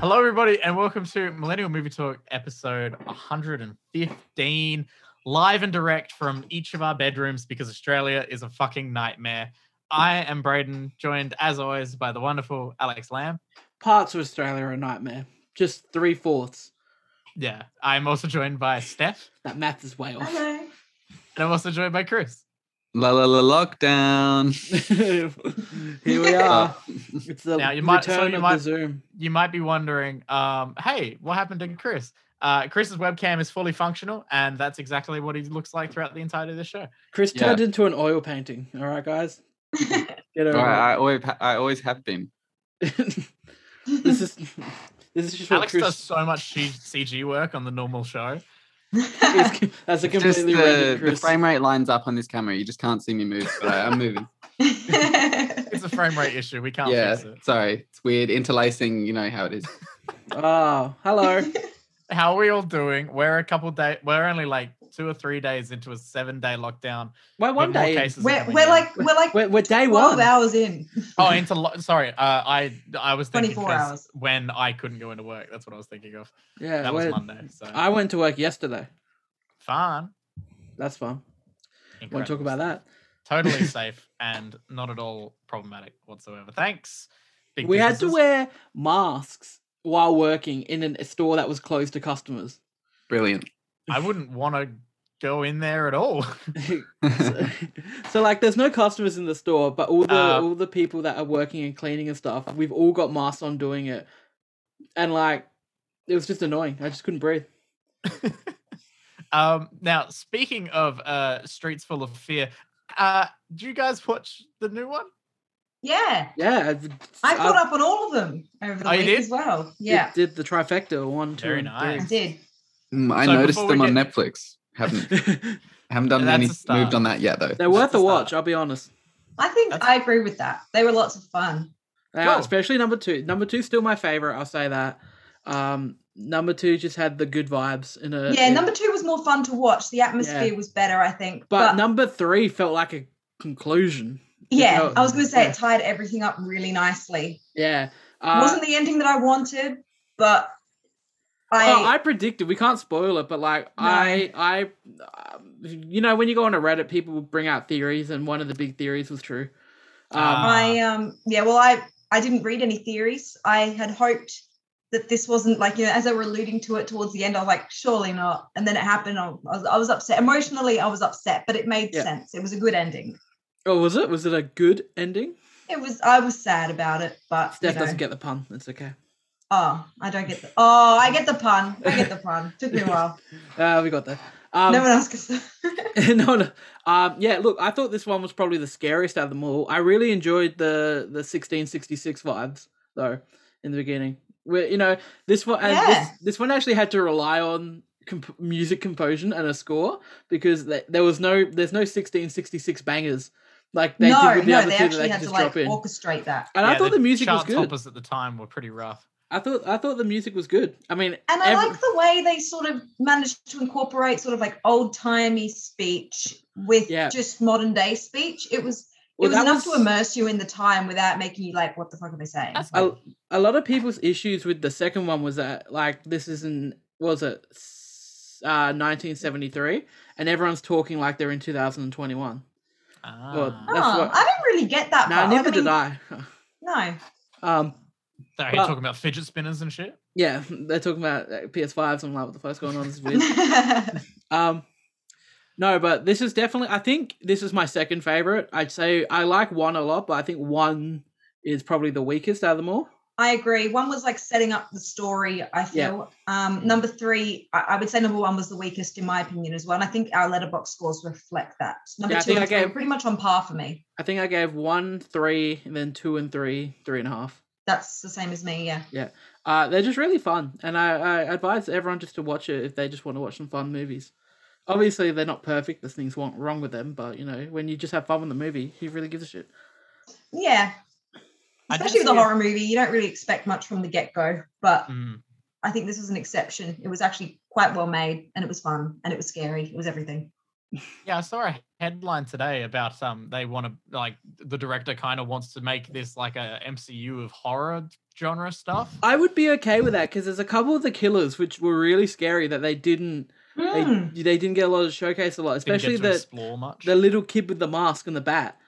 Hello, everybody, and welcome to Millennial Movie Talk episode 115, live and direct from each of our bedrooms because Australia is a fucking nightmare. I am Braden, joined as always by the wonderful Alex Lamb. Parts of Australia are a nightmare. Just three fourths. Yeah, I'm also joined by Steph, That math is way off. Hello. and I'm also joined by Chris. La la la lockdown. Here we Uh, are. It's the Now, you might- return so you of might- the Zoom. You might be wondering, um, hey, what happened to Chris? Uh, Chris's webcam is fully functional, and that's exactly what he looks like throughout the entirety of the show. Chris Yeah. turned into an oil painting. All right, guys, get All over right, I always, ha- I always have been. it. this is this is just what Alex does Chris. so much CG work on the normal show. That's is- That's a It's Just completely the, random the Chris. frame rate lines up on this camera. You just can't see me move, but I, am moving. It's a frame rate issue. We can't yeah, fix it. sorry, it's weird interlacing. You know how it is. Oh, hello. how are we all doing? We're a couple days. We're only like two or three days into a seven-day lockdown. Well, one but more day. cases are we're, coming we're in. like we're like We're, we're day twelve one. hours in. oh, into lo- sorry. Uh, I I was thinking 24 'cause hours. when I couldn't go into work. That's what I was thinking of. Yeah, That was we're- Monday. So I went to work yesterday. fun. That's fun. Want to Incredible talk about stuff. that? Totally safe and not at all problematic whatsoever. Thanks. big we had to businesses. wear masks while working in an- a store that was closed to customers. Brilliant. I wouldn't want to go in there at all. so, so, like there's no customers in the store, but all the Uh, all the people that are working and cleaning and stuff, we've all got masks on doing it. And like it was just annoying. I just couldn't breathe. Um, now, speaking of uh, Streets Full of Fear, uh, do you guys watch the new one? Yeah. Yeah. I've- I caught I've- up on all of them over the Oh, you week did? as well. it Yeah. Did the trifecta one, two, Very and nice. I did. Mm, I So noticed before we them on get- Netflix. Haven't three. haven't done That's any a start. moved on that yet though. They're worth That's a a watch, start. I'll be honest. I think That's- I agree with that. They were lots of fun. They Cool. are, Uh, especially number two. Number two still my favorite, I'll say that. Um number two just had the good vibes in a yeah, in- number two was more fun to watch. The atmosphere was better, I think. but, But, number three felt like a conclusion. yeah, no, I was going to say yeah. it tied everything up really nicely. Yeah. Uh, Wasn't the ending that I wanted, but I, Well, Oh, I predicted. We can't spoil it, but like No. I, I, um, you know, when you go on a Reddit, people will bring out theories, and one of the big theories was true. Um, Ah. I um yeah, well I I didn't read any theories. I had hoped that this wasn't like you know as they were alluding to it towards the end. I was like, surely not. And then it happened. I was, I was upset emotionally. I was upset, but it made Yeah. sense. It was a good ending. oh, was it? Was it a good ending? It was. I was sad about it, but you Steph know. doesn't get the pun. It's okay. Oh, I don't get the. Oh, I get the pun. I get the pun. Took me a while. Uh, we got there. Um, no one else can. no, no. Um, yeah, look, I thought this one was probably the scariest out of them all. I really enjoyed the the sixteen sixty six vibes though in the beginning. Where you know this one, and Yeah. this, this one actually had to rely on comp- music composition and a score because th- there was no there's no sixteen sixty six bangers like they no, did with the no, other they two that actually they could had to just like drop in. orchestrate that. And I Yeah, thought the, music was chart good. Toppers at the time were pretty rough. I thought I thought the music was good. I mean, And I every- like the way they sort of managed to incorporate sort of like old timey speech with Yeah. just modern day speech. It was well, it was that enough was- to immerse you in the time without making you like, what the fuck are they saying? That's a, good. a lot of people's issues with the second one was that like this isn't was it s- uh 1973 and everyone's talking like they're in 2021 Ah. that's oh, what- I didn't really get that. now part. neither mean, did i No. um so you're well- talking about fidget spinners and shit. yeah they're talking about uh, ps5s i'm like what the fuck's going on this is weird um no but this is definitely i think this is my second favorite i'd say i like one a lot but i think one is probably the weakest out of them all I agree. One was like setting up the story, I feel. Um, number three, I, I would say number one was the weakest in my opinion as well. And I think our letterbox scores reflect that. Number Yeah, I two think and I three gave- were pretty much on par for me. i think i gave one three and then two and three three and a half That's the same as me, yeah. Uh, they're just really fun, and I, I advise everyone just to watch it if they just want to watch some fun movies. Obviously, they're not perfect. There's things wa- wrong with them, but you know, when you just have fun with the movie, who really gives a shit? Yeah. I did Especially with a see a- horror movie, you don't really expect much from the get go, uh, but Mm. I think this was an exception. It was actually quite well made and it was fun and it was scary. It was everything. Yeah, I saw a headline today about um they want to like the director kind of wants to make this like a MCU of horror genre stuff. I would be okay with that because there's a couple of the killers which were really scary that they didn't Hmm. they, they didn't get a lot of showcase a lot, Didn't especially get to the explore much. the little kid with the mask and the bat.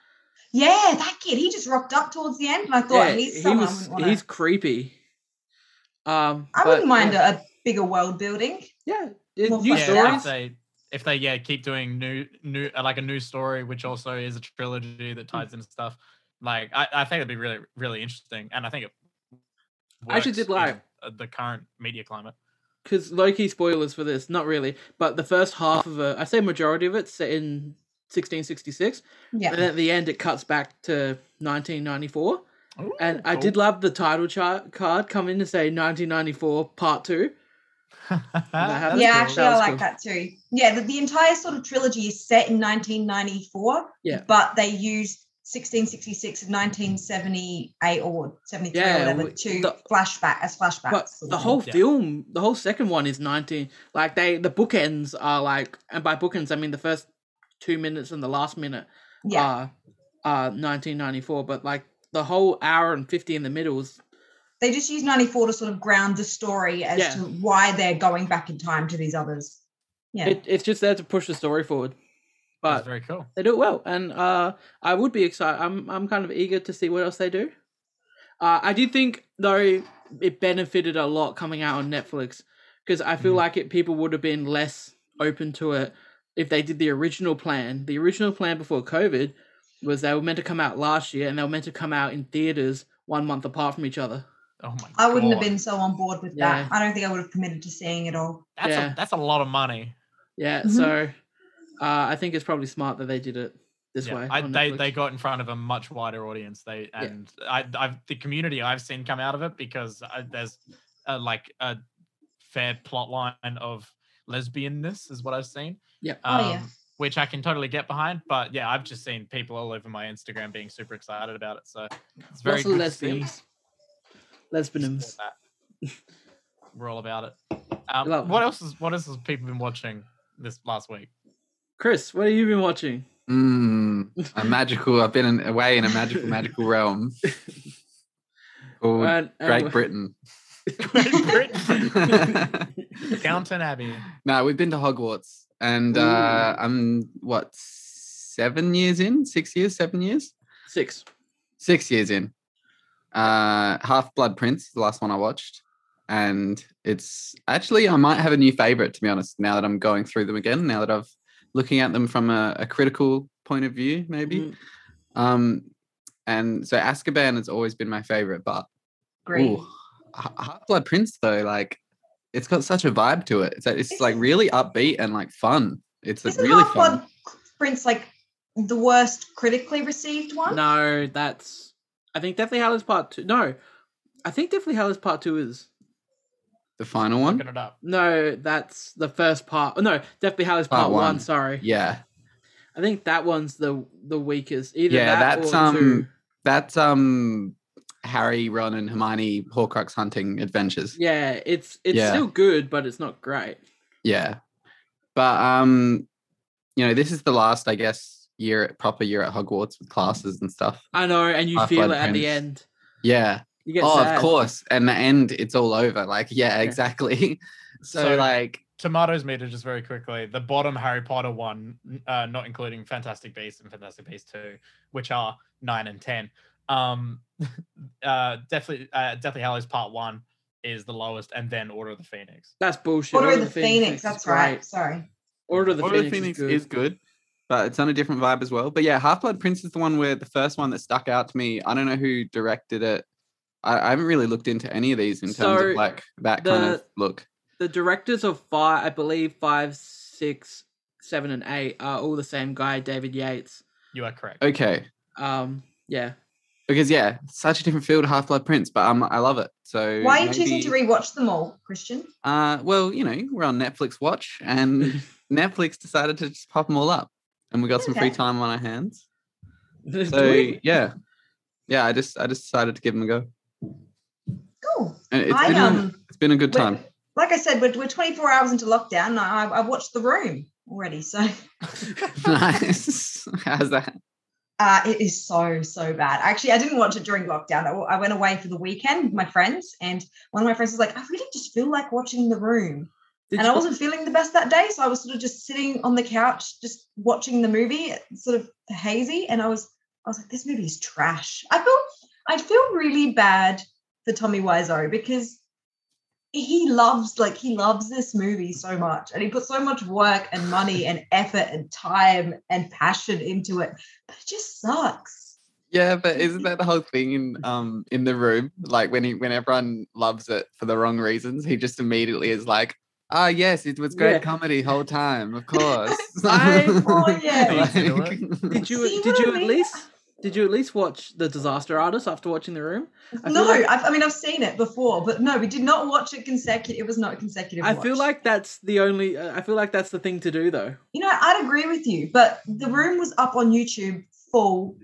Yeah, that kid, he just rocked up towards the end, and I thought he's he someone was I wouldn't, he's wanna, creepy. Um, I but wouldn't mind yeah, a, a bigger world building. yeah, it- more new fun. yeah, if stories. they if they yeah keep doing new new uh, like a new story, which also is a trilogy that Hmm. ties into stuff. Like I, I think it'd be really really interesting, and I think it. I actually works did in, like- uh, the current media climate. because low-key spoilers for this not really but the first half of it i say majority of it's set in 1666 Yeah. and at the end it cuts back to 1994 and i did Ooh, love the title chart card come in and say 1994 part two cool. happened? yeah, cool. actually, That I was like cool. that too. Yeah, the, the entire sort of trilogy is set in 1994, Yeah. but they used 1666 and 1978 or 73 Yeah, or whatever w- to the- flashback as flashbacks. but sort the of. whole Yeah. film the whole second one is 19 like they the bookends are like and by bookends i mean the first two minutes and the last minute yeah, are uh 1994 but like the whole hour and 50 in the middle is they just use 94 to sort of ground the story as Yeah. to why they're going back in time to these others. Yeah, it, it's just there to push the story forward That's but very cool. they do it well, and uh, I would be excited. I'm I'm kind of eager to see what else they do. Uh, I do think though it benefited a lot coming out on Netflix because I feel Mhm. like it people would have been less open to it if they did the original plan. The original plan before COVID was they were meant to come out last year and they were meant to come out in theaters one month apart from each other. Oh my! I wouldn't have God. been so on board with Yeah. that. I don't think I would have committed to seeing it all. That's Yeah. a that's a lot of money. Yeah, Mhm. so uh, I think it's probably smart that they did it this Yeah, way. I, on they Netflix. they got in front of a much wider audience. They and I I've the community I've seen come out of it because I, there's uh like a fair plot line of lesbianness is what I've seen. um, Yeah. Oh, yeah. Which I can totally get behind, but yeah, I've just seen people all over my Instagram being super excited about it. So it's very Lots of good to see. lesbians. Lesbians. Support that. We're all about it. Um, Love what it. else is what else has people been watching this last week? Chris, what have you been watching? Mm, a magical. I've been in, away in a magical, magical realm called And- and Great um, wh- Britain. Downton Abbey. no, we've been to Hogwarts, and uh, I'm what seven years in, six years, seven years, Six. six years in. Uh, Half Blood Prince, the last one I watched, and it's actually I might have a new favorite to be honest. Now that I'm going through them again, now that I've looking at them from a, a critical point of view, maybe. Mm, Um, and so Azkaban has always been my favorite, but Great. ooh, H- Half Blood Prince though, like it's got such a vibe to it. It's like, it's like really upbeat and like fun. It's like, Isn't really Half fun. Blood Prince like the worst critically received one? Mm, No, that's. I think Deathly Hallows Part Two. No, I think Deathly Hallows Part Two is. The final Looking one, it up. No, that's the first part. oh, No, Deathly Hallows Part, Part one. one. Sorry, yeah, I think that one's the the weakest. Either Yeah, that that's, or um, two. that's um Harry, Ron, and Hermione Horcrux hunting adventures. Yeah, it's it's Yeah. still good, but it's not great. Yeah, but um, you know, this is the last, I guess, year proper year at Hogwarts with classes and stuff. I know, and you Half feel Blood it at the Prince. end. Yeah. You get oh, sad. of course. And the end, it's all over. Like, yeah, Yeah. exactly. So, So- like, Tomatoes meter just very quickly. The bottom Harry Potter one, n- uh, not including Fantastic Beasts and Fantastic Beasts Two, which are nine and ten. Um, uh, definitely, uh, Deathly Hallows Part One is the lowest, and then Order of the Phoenix. That's bullshit. Order of the Phoenix, is that's great. right. Sorry. Order of the Order of the Phoenix, Phoenix is good. but it's on a different vibe as well. But yeah, Half Blood Prince is the one where the first one that stuck out to me. I don't know who directed it. I, I haven't really looked into any of these in terms So, of like that kind of the- look. the directors of five, I believe five, six, seven, and eight are all the same guy, David Yates. You are correct. Okay. Um, yeah, Because yeah, such a different feel to Half Blood Prince, but um, I love it. So Why are you choosing to maybe- rewatch them all, Christian? Uh, well, you know, we're on Netflix Watch, and Netflix decided to just pop them all up, and we got some free Okay. time on our hands. So Sweet. yeah, yeah. I just I just decided to give them a go, Cool. and it's I been a, um it's been a good we're- time. Like I said, we're, we're 24 hours into lockdown. And I, I- I've watched The Room. already. So nice. How's that? uh, it is so, so bad. Actually, I didn't watch it during lockdown. I, I went away for the weekend with my friends, and one of my friends was like, I really just feel like watching The Room. Did and you- I wasn't feeling the best that day. So I was sort of just sitting on the couch, just watching the movie, sort of hazy. And I was, I was like, this movie is trash. I feel, I feel really bad for Tommy Wiseau because he loves, like, he loves this movie so much, and he put so much work and money and effort and time and passion into it, but it just sucks. Yeah, but isn't that the whole thing in um in the room? Like when he when everyone loves it for the wrong reasons, he just immediately is like, Ah yes, it was great Yeah. comedy whole time, of course. I- Oh, yeah. Beats Did you See did what I you at mean? least did you at least watch The Disaster Artist after watching The Room? I feel No, like- I've, I mean I've seen it before, but no, we did not watch it consecutive. It was not a consecutive. I feel watch. like that's the only. uh, I feel like that's the thing to do though. You know, I'd agree with you, but the room was up on YouTube full,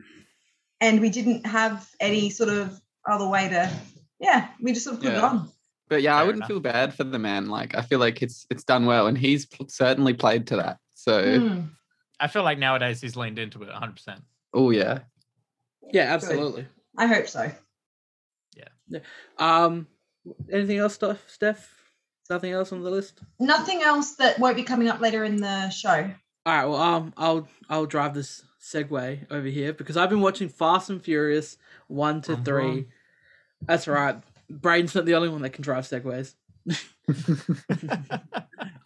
and we didn't have any sort of other way to. Yeah, we just sort of put it Yeah. on. But yeah, I Fair wouldn't enough. feel bad for the man. Like I feel like it's it's done well, and he's pl- certainly played to that. So Mm. I feel like nowadays he's leaned into it 100. percent oh yeah, Yeah, absolutely. I hope so. Um, anything else, Steph? Steph? Nothing else on the list. Nothing else that won't be coming up later in the show. All right. Well, um, I'll I'll drive this segue over here because I've been watching Fast and Furious one to I'm three. wrong. That's right. Brain's not the only one that can drive segways. beautiful.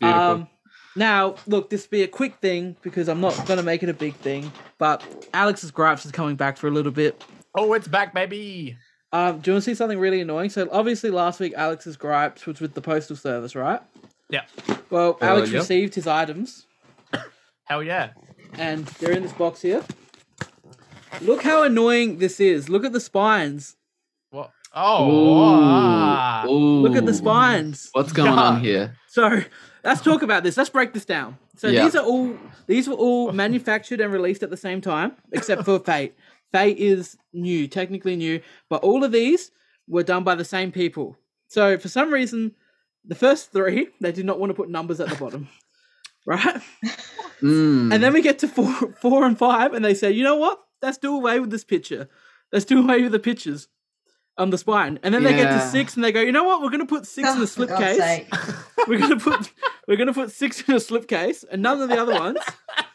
Um, now, look, this will be a quick thing because I'm not going to make it a big thing. But Alex's gripes is coming back for a little bit. oh, it's back, baby. Um, do you want to see something really annoying? So obviously last week Alex's gripes was with the postal service, right? Yeah. Well, Alex yep. received his items, Hell yeah. and they're in this box here. Look how annoying this is. Look at the spines. What? Oh, ah. Look at the Ooh. spines. What's going Yeah. on here? So let's talk about this. Let's break this down. So Yeah. these are all these were all manufactured and released at the same time, except for Fate. Fate is new, technically new, but all of these were done by the same people. So for some reason, the first three they did not want to put numbers at the bottom, right? Mm. And then Hmm. we get to four, four and five, and they say, you know what? Let's do away with this picture. Let's do away with the pictures on the spine. And then they get to Yeah. six, and they go, you know what? We're going to put six in the Oh, for God's slipcase sake. we're gonna put we're gonna put six in a slipcase and none of the other ones.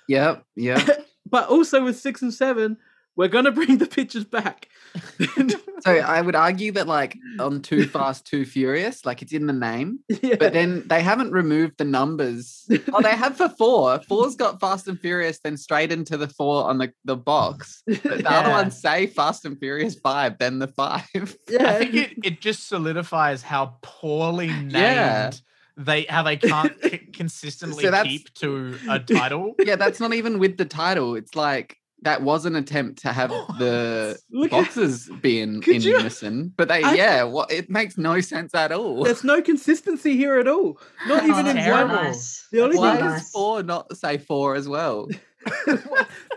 yep, yep. But also with six and seven, we're gonna bring the pictures back. so I would argue that like on Too Fast, Too Furious, like it's in the name, yeah. but then they haven't removed the numbers. Oh, they have for four. Four's got Fast and Furious, then straight into the four on the, the box. But the other Yeah. ones say Fast and Furious five, then the five. I yeah. think it, it just solidifies how poorly named Yeah. they how they can't c- consistently So that's- keep to a title. yeah, that's not even with the title. It's like that was an attempt to have the Look Oh. at, boxes be in, Could in you- unison, but they I- yeah, what it makes no sense at all. there's no consistency here at all. Not even Oh, in that's not terrible. one. nice. The only That's Why not thing does four not say four as well?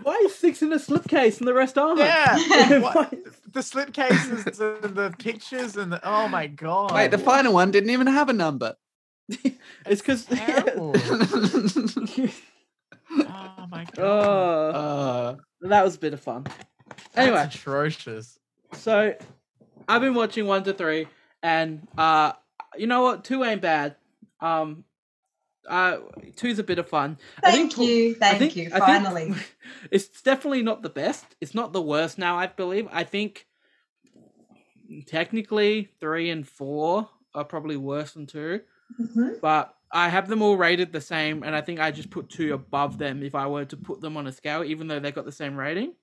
Why is six in a slipcase and the rest aren't? Yeah, what- Why- the slipcases and the pictures and the oh my god! Wait, the final one didn't even have a number. it's because terrible. oh my god! oh, Uh, that was a bit of fun. That's Anyway, atrocious. So I've been watching one to three, and uh, you know what? Two ain't bad. Um, uh, two's a bit of fun. I think Thank tw- you. I Thank think- you. I think- Finally. it's definitely not the best. It's not the worst now. I believe. I think technically three and four are probably worse than two, Mhm. but I have them all rated the same, and I think I just put two above them if I were to put them on a scale, even though they got the same rating.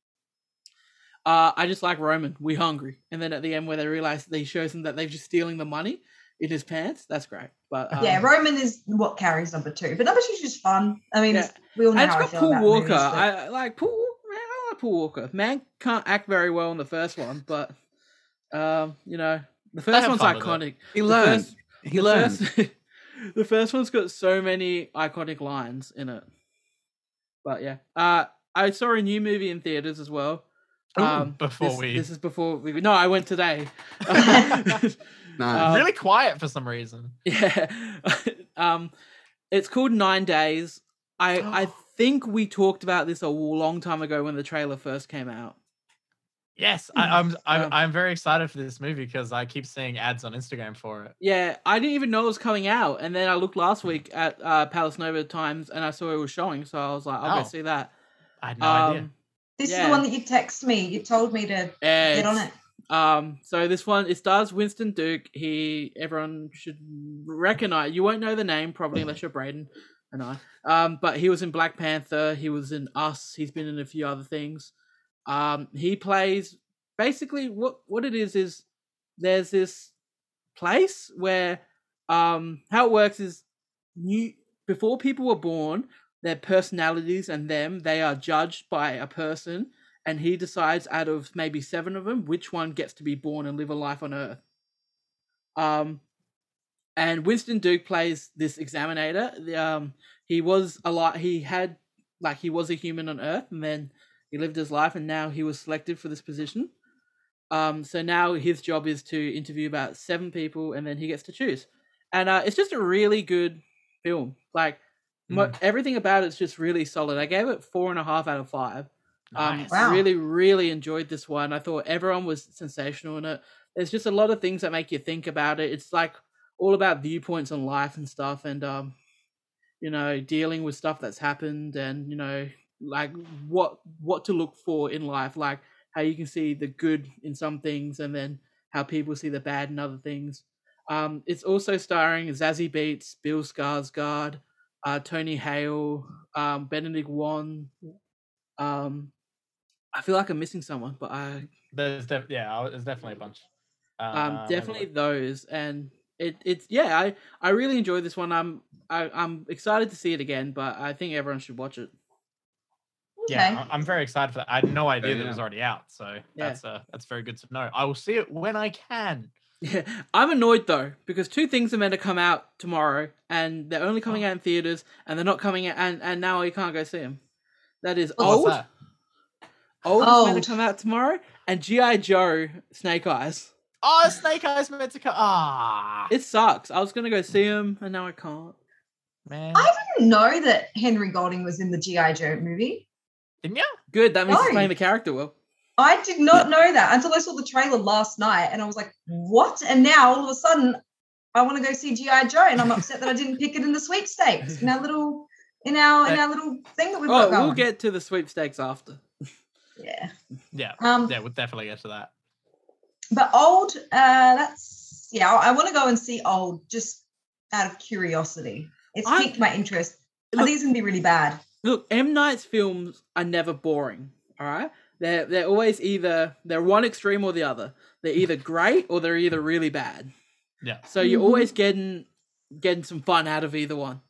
Uh, I just like Roman. We hungry, and then at the end where they realize they shows him that they're just stealing the money in his pants. That's great, but um, yeah, Roman is what carries number two, but number two's just fun. I mean, Yeah. we all know And it's how I got feel Paul about Walker. movies, but- I I like Paul. Man, I like Paul Walker. Man can't act very well in the first one, but um, you know, the first had one's fun with it. iconic. he The learned. first- he the learned. First, the first one's got so many iconic lines in it. But yeah, uh, I saw a new movie in theaters as well. Ooh, Um, before this, we this is before we. No, I went today. no. uh, really quiet for some reason. Yeah. um, it's called Nine Days. I I think we talked about this a long time ago when the trailer first came out. Yes, I, I'm, I'm Yeah. I'm very excited for this movie because I keep seeing ads on Instagram for it. Yeah, I didn't even know it was coming out, and then I looked last Hmm. week at uh, Palace Nova Times, and I saw it was showing, so I was like, I'll Oh. go see that. I had no idea. Um, This is Yeah. the one that you text me. You told me to yeah, get on it's- it. Um, so this one it stars Winston Duke. He everyone should recognize. You won't know the name probably unless you're Braden and I. Um, but he was in Black Panther. He was in Us. He's been in a few other things. Um, he plays basically what what it is is there's this place where um how it works is new before people were born their personalities and them they are judged by a person and he decides out of maybe seven of them which one gets to be born and live a life on earth um and winston duke plays this examinator The, um he was a lot he had like he was a human on earth and then he lived his life and now he was selected for this position um so now his job is to interview about seven people and then he gets to choose and uh it's just a really good film like mo- everything about it's just really solid i gave it four and a half out of five um, Nice. Wow. really, really enjoyed this one. I thought everyone was sensational in it. There's just a lot of things that make you think about it. It's like all about viewpoints on life and stuff, and um, you know, dealing with stuff that's happened, and you know, like what what to look for in life, like how you can see the good in some things, and then how people see the bad in other things. Um, it's also starring Zazie Beats, Bill Skarsgård, uh, Tony Hale, um, Benedict Wong. Um, I feel like I'm missing someone, but I There's def- yeah, I- there's definitely a bunch. um, Um, definitely those. And it it's yeah, I I really enjoyed this one. I'm I, I'm excited to see it again, but I think everyone should watch it. Okay. Yeah, I- I'm very excited for that. I had no idea that it yeah. was already out, so that's uh, that's very good to know. I will see it when I can. Yeah, I'm annoyed though because two things are meant to come out tomorrow, and they're only coming out in theaters, and they're not coming out, and and now you can't go see them. That is Oh, What's Oh, old. that? Old is meant Old. to come out tomorrow, and GI Joe Snake Eyes. Oh, Snake Eyes meant to come. Ah, It sucks. I was gonna go see him, and now I can't. man, I didn't know that Henry Golding was in the G.I. Joe movie. didn't you? Good. That means he's No. playing the character well. I did not know that until I saw the trailer last night and I was like, what? And now all of a sudden I want to go see G.I. Joe and I'm upset that I didn't pick it in the sweepstakes in our little in our in our little thing that we've got Oh, going. we'll get to the sweepstakes after. yeah. Yeah, Um yeah, we'll definitely get to that. but old, uh that's yeah, I want to go and see old just out of curiosity. It's I- piqued my interest. I Look- think it's gonna be really bad. Look, M Night's films are never boring. All right, they're they're always either they're one extreme or the other. They're either great or they're either really bad. Yeah. So you're Mhm. always getting getting some fun out of either one.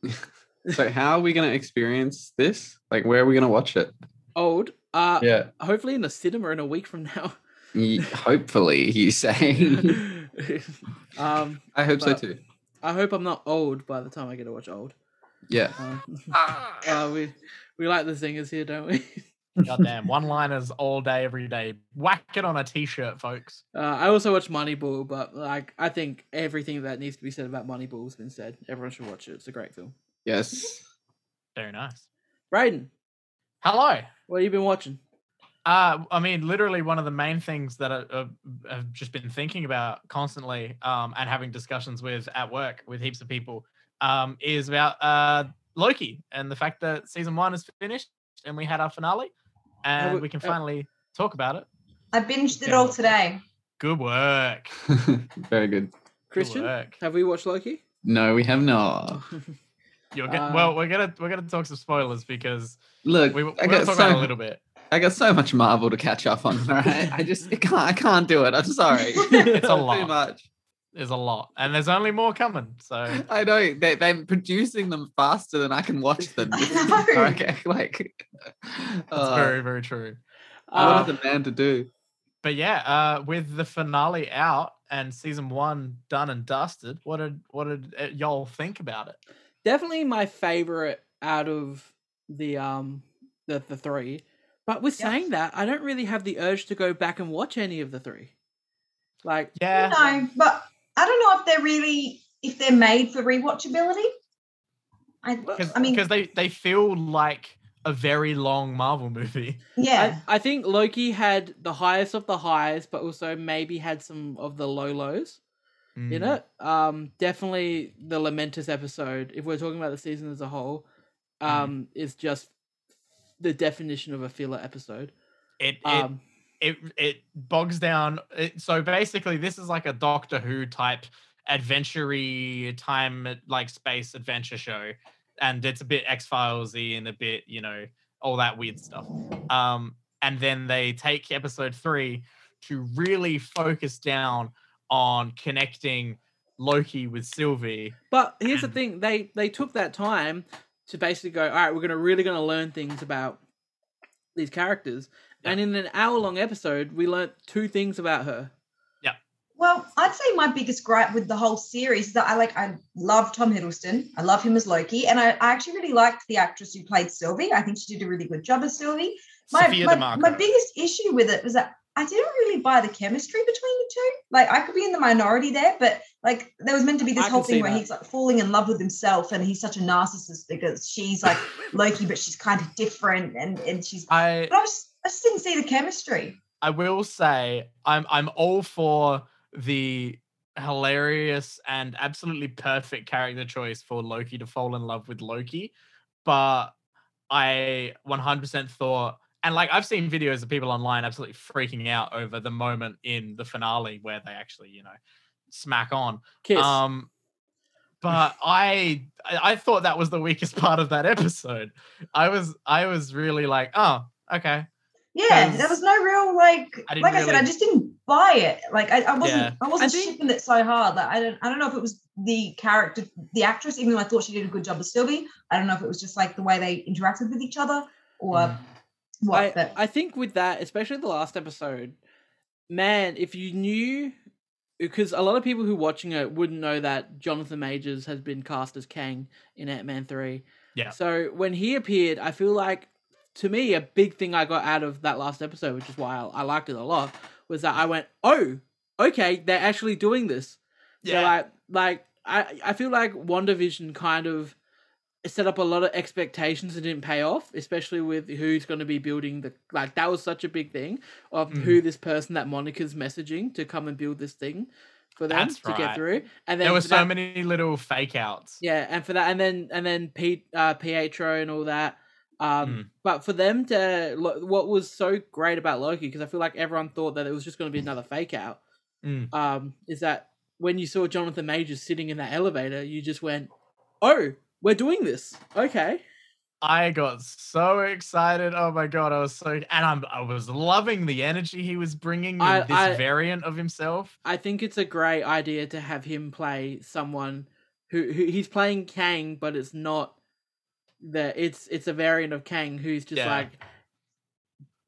So how are we going to experience this? Like, where are we going to watch it? Old. Uh, Yeah. hopefully in the cinema in a week from now. Ye- hopefully, you say. um, I hope so But- too. I hope I'm not old by the time I get to watch old. Yeah. Um, uh, we we like the singers here, don't we? Goddamn, one-liners all day, every day. Whack it on a t-shirt, folks. Uh, I also watch Moneyball, but like I think everything that needs to be said about Moneyball has been said. Everyone should watch it. It's a great film. Yes. Very nice. Braden, Hello. what have you been watching? Uh, I mean, literally one of the main things that I, uh, I've just been thinking about constantly um, and having discussions with at work with heaps of people um, is about uh, Loki and the fact that season one is finished and we had our finale and we- we can uh, finally talk about it. I binged it all today. Good work. Very good. Good Christian, work. have we watched Loki? No, we have not. You're get, Uh, well, we're gonna we're gonna talk some spoilers because Look, we we're I gonna talk got about it a so little bit. I got so much Marvel to catch up on. All right, I just I can't I can't do it. I'm sorry. It's a Too lot. much. There's a lot, and there's only more coming. So I know they they're producing them faster than I can watch them. I know. okay, like that's uh, very very true. what Uh, is a man to do? but yeah, uh, with the finale out and season one done and dusted, what did what did uh, y'all think about it? definitely my favorite out of the um the, the three. But with Yeah. saying that, I don't really have the urge to go back and watch any of the three. Like Yeah, No, but I don't know if they're really if they're made for rewatchability. I, Because I mean, they, they feel like a very long Marvel movie. yeah, I, I think Loki had the highest of the highs, but also maybe had some of the low lows in Mm. it. Um, definitely the lamentous episode. If we're talking about the season as a whole, Mhm. um, is just the definition of a filler episode. It, it, Um, it it bogs down. It, so basically, this is like a Doctor Who type adventure-y time like space adventure show, and it's a bit X Filesy and a bit you know all that weird stuff. Um, and then they take episode three to really focus down on connecting Loki with Sylvie. But here's the And- thing: they they took that time to basically go, all right, we're gonna really gonna learn things about these characters, and in an hour long episode, we learnt two things about her. Well, I'd say my biggest gripe with the whole series is that I like I love Tom Hiddleston. I love him as Loki, and I, I actually really liked the actress who played Sylvie. I think she did a really good job as Sylvie. My Sophia my, DeMarco. my biggest issue with it was that I didn't really buy the chemistry between the two. Like I could be in the minority there, but like there was meant to be this I whole can see thing where that. he's like falling in love with himself, and he's such a narcissist because she's like Loki, but she's kind of different, and and she's. I But I just I just didn't see the chemistry. I will say I'm I'm all for the hilarious and absolutely perfect character choice for Loki to fall in love with Loki, but I 100% thought and like I've seen videos of people online absolutely freaking out over the moment in the finale where they actually, you know, smack on. Kiss. Um, but I I I thought that was the weakest part of that episode. I was I was really like, oh, okay. Yeah, there Because was no real like I didn't like I said, I really- just didn't buy it. Like I, I wasn't Yeah. I wasn't I think- shipping it so hard. Like I don't I don't know if it was the character, the actress, even though I thought she did a good job as Sylvie. I don't know if it was just like the way they interacted with each other or Mm. what. I, but I think with that, especially the last episode, man, if you knew, because a lot of people who watching it wouldn't know that Jonathan Majors has been cast as Kang in Ant Man three. Yeah. So when he appeared, I feel like to me a big thing I got out of that last episode, which is why I, I liked it a lot, was that I went, oh, okay, they're actually doing this. Yeah. like, like I, I feel like WandaVision kind of set up a lot of expectations that didn't pay off, especially with who's going to be building the like that was such a big thing of Mm. who this person that Monica's messaging to come and build this thing for them That's to get right. through. And then There were for so that- many little fake outs. yeah, and for that, and then and then Pete, uh, Pietro and all that. Um, Mm. But for them to, lo- what was so great about Loki, because I feel like everyone thought that it was just going to be another fake out, Mm. um, is that when you saw Jonathan Majors sitting in that elevator, you just went, "Oh, we're doing this, okay." I got so excited. Oh my god, I was so and I'm I was loving the energy he was bringing with I- this I- variant of himself. I think it's a great idea to have him play someone who, who he's playing Kang, but it's not the it's it's a variant of Kang who's just Yeah. like,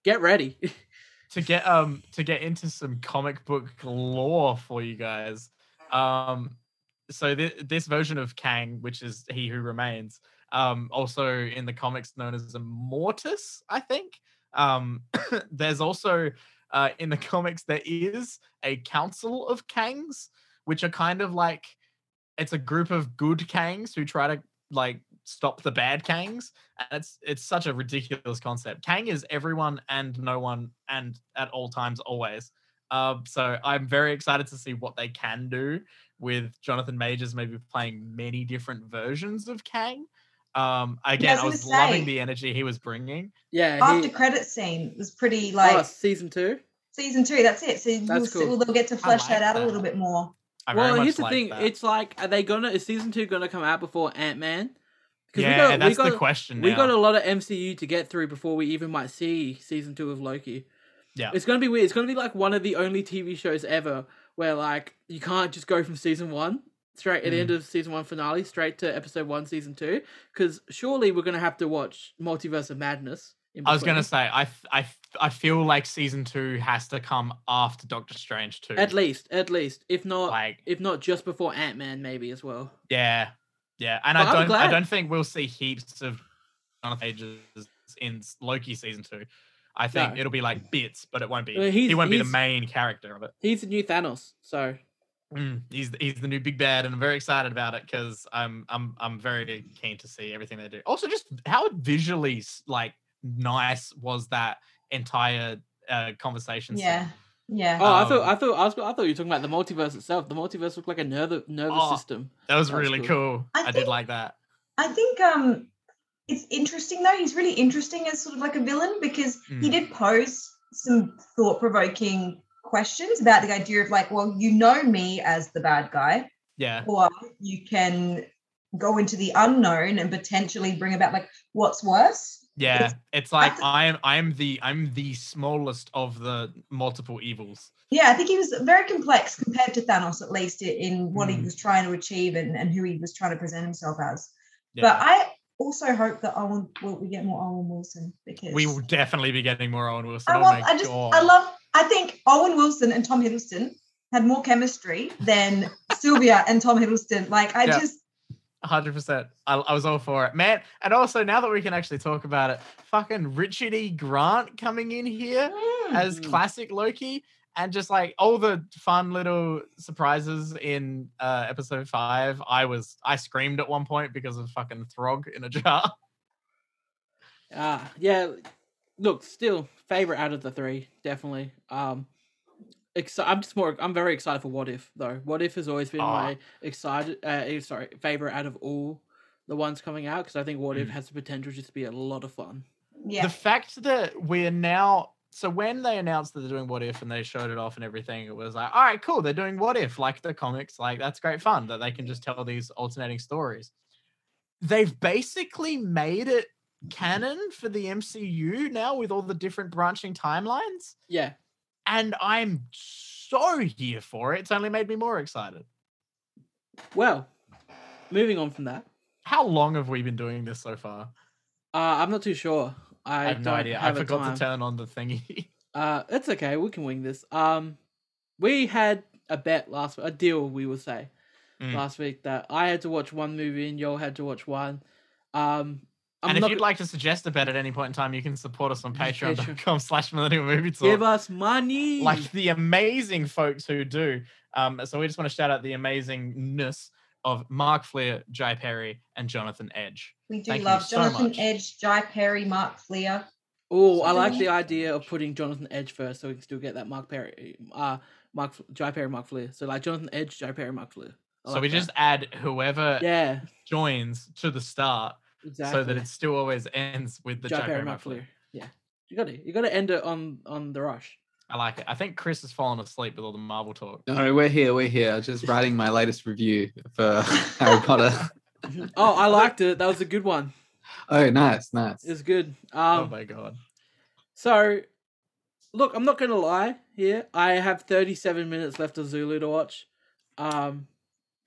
"Get ready." to get um to get into some comic book lore for you guys. Um, so th- this version of Kang, which is He Who Remains, um, also in the comics known as a Mortis, I think. Um, there's also uh, in the comics there is a Council of Kangs, which are kind of like it's a group of good Kangs who try to like stop the bad Kangs and it's it's such a ridiculous concept. Kang is everyone and no one and at all times always. Um, so I'm very excited to see what they can do with Jonathan Majors maybe playing many different versions of Kang. Um, again, I I was was gonna loving say- the energy he was bringing. yeah, after he- credit scene was pretty oh, like season two. season two. That's it. So we'll, see, cool. well, they'll get to flesh like that out that. a little bit more. I very well, much here's the like thing: that. it's like, are they gonna is season two gonna come out before Ant Man? yeah, that's the question. We now. got a lot of MCU to get through before we even might see season two of Loki. Yeah. It's gonna be weird. It's gonna be like one of the only TV shows ever where like you can't just go from season one straight at the Mm. end of season one finale straight to episode one season two because surely we're gonna have to watch Multiverse of Madness. in I was between. gonna say I f- I f- I feel like season two has to come after Doctor Strange two. at least, at least, if not, like if not just before Ant Man, maybe as well. Yeah, yeah, and But I'm I don't, glad. I don't think we'll see heaps of Jonathan Majors in s- Loki season two. I think No. it'll be like bits, but it won't be. Well, he's- he won't be the he's- main character of it. He's the new Thanos, so Mm, he's he's the new big bad, and I'm very excited about it because I'm I'm I'm very keen to see everything they do. Also, just how visually s- like nice was that entire uh, conversation? scene? Yeah. Yeah. Oh, I Um, thought I thought I, was, I thought you were talking about the multiverse itself. The multiverse looked like a nervous nervous Oh. system. that was That was really good. cool. I I, did think- like that. I think um it's interesting though. He's really interesting as sort of like a villain because he Mm. did pose some thought-provoking questions about the idea of like, well, you know me as the bad guy, Yeah, or you can go into the unknown and potentially bring about like what's worse. yeah. It's- It's like that's- I'm I'm the I'm the smallest of the multiple evils. Yeah, I think he was very complex compared to Thanos, at least i- in what he Mm. was trying to achieve and, and who he was trying to present himself as. But Yeah. I also hope that Owen will we get more Owen Wilson because we will definitely be getting more Owen Wilson. I oh love, my I just, God. I love, I think Owen Wilson and Tom Hiddleston had more chemistry than Sylvia and Tom Hiddleston. Like, I Yeah. just, hundred percent. I, I was all for it, man. And also now that we can actually talk about it, fucking Richard E. Grant coming in here as Mm. classic Loki, and just like all the fun little surprises in uh, episode five. I was I screamed at one point because of fucking Throg in a jar. Ah, yeah. Look, still favorite out of the three, definitely. Um, exci- I'm just more. I'm very excited for What If though. What If has always been Ah. my excited. Uh, eh, sorry, favorite out of all the ones coming out because I think What If Mm. has the potential just to be a lot of fun. yeah. The fact that we're now so when they announced that they're doing what if and they showed it off and everything, it was like, all right, cool, they're doing what if, like the comics, like that's great fun that they can just tell these alternating stories. They've basically made it canon for the MCU now with all the different branching timelines, Yeah, and I'm so here for it. It's only made me more excited. Well, moving on from that, How long have we been doing this so far? uh, I'm not too sure. I, I have no don't idea. I have a forgot time. to turn on the thingy. Uh, it's okay. We can wing this. Um, we had a bet last a deal. We will say Mm. last week that I had to watch one movie and y'all had to watch one. Um, I'm and if not you'd gonna like to suggest a bet at any point in time, you can support us on Patreon. patreon.com slash millennial movie give talk. us money. Like the amazing folks who do. Um, so we just want to shout out the amazingness of Mark Fleer, Jai Perry, and Jonathan Edge. we do thank you love so Jonathan much. Edge, Jai Perry, Mark Fleer. oh, I like something like the that. idea of putting Jonathan Edge first, so we can still get that Mark Perry, uh, Mark F- Jai Perry, Mark Flair. So like Jonathan Edge, Jai Perry, Mark Flair. I So like we that. just add whoever yeah, joins to the start exactly. so that it still always ends with the Jai Jai, Perry, Perry Mark Mark Fleer. Flair. Yeah, you got to you got to end it on on the rush. I like it. I think Chris has fallen asleep with all the Marvel talk. No, we're here. We're here. Just writing my latest review for Harry Potter. oh, I liked it. That was a good one. Oh, nice, nice. It was good. oh Um, my god. so look, I'm not gonna lie here. I have 37 minutes left of Zulu to watch. Um,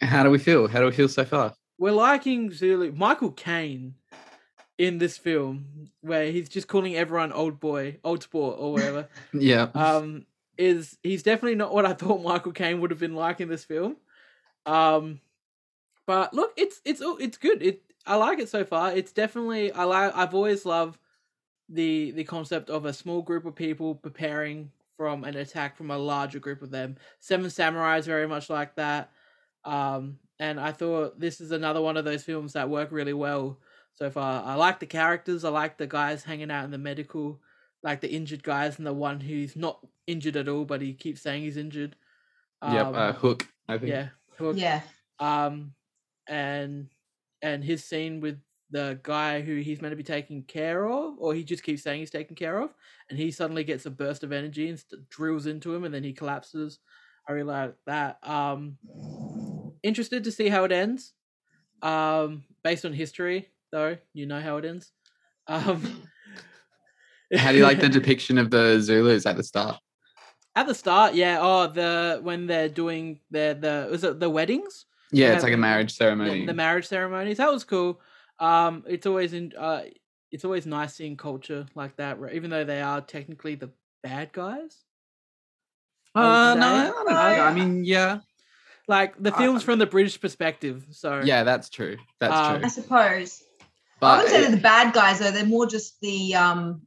How do we feel? How do we feel so far? we're liking Zulu. Michael Caine in this film, where he's just calling everyone old boy, old sport, or whatever. Yeah. um, is he's definitely not what I thought Michael Caine would have been like in this film. Um, but look, it's it's all- it's good. It I like it so far. It's definitely I like I've always loved the the concept of a small group of people preparing from an attack from a larger group of them. Seven Samurai is very much like that. Um, and I thought this is another one of those films that work really well so far. I like the characters. I like the guys hanging out in the medical like the injured guys and the one who's not injured at all, but he keeps saying he's injured. yep. Um, Uh, hook. I think. yeah. Hook. Yeah. Um, and and his scene with the guy who he's meant to be taking care of, or he just keeps saying he's taken care of, and he suddenly gets a burst of energy and st- drills into him, and then he collapses. I really like that. Um, interested to see how it ends. Um, based on history, though, you know how it ends. Um, How do you like the depiction of the Zulus at the start? At the start, yeah. Oh, the when they're doing their the was it the weddings, Yeah, Yeah, it's like a the- marriage the, ceremony. the marriage ceremonies. That was cool. Um, it's always in. Uh, it's always nice seeing culture like that, where even though they are technically the bad guys. I uh, would no, say. I don't know. I I- mean, yeah, Like the I- film's from the British perspective, so Uh, yeah, that's true. That's Um, true. I suppose. I But wouldn't say it- they're the bad guys though. They're more just the um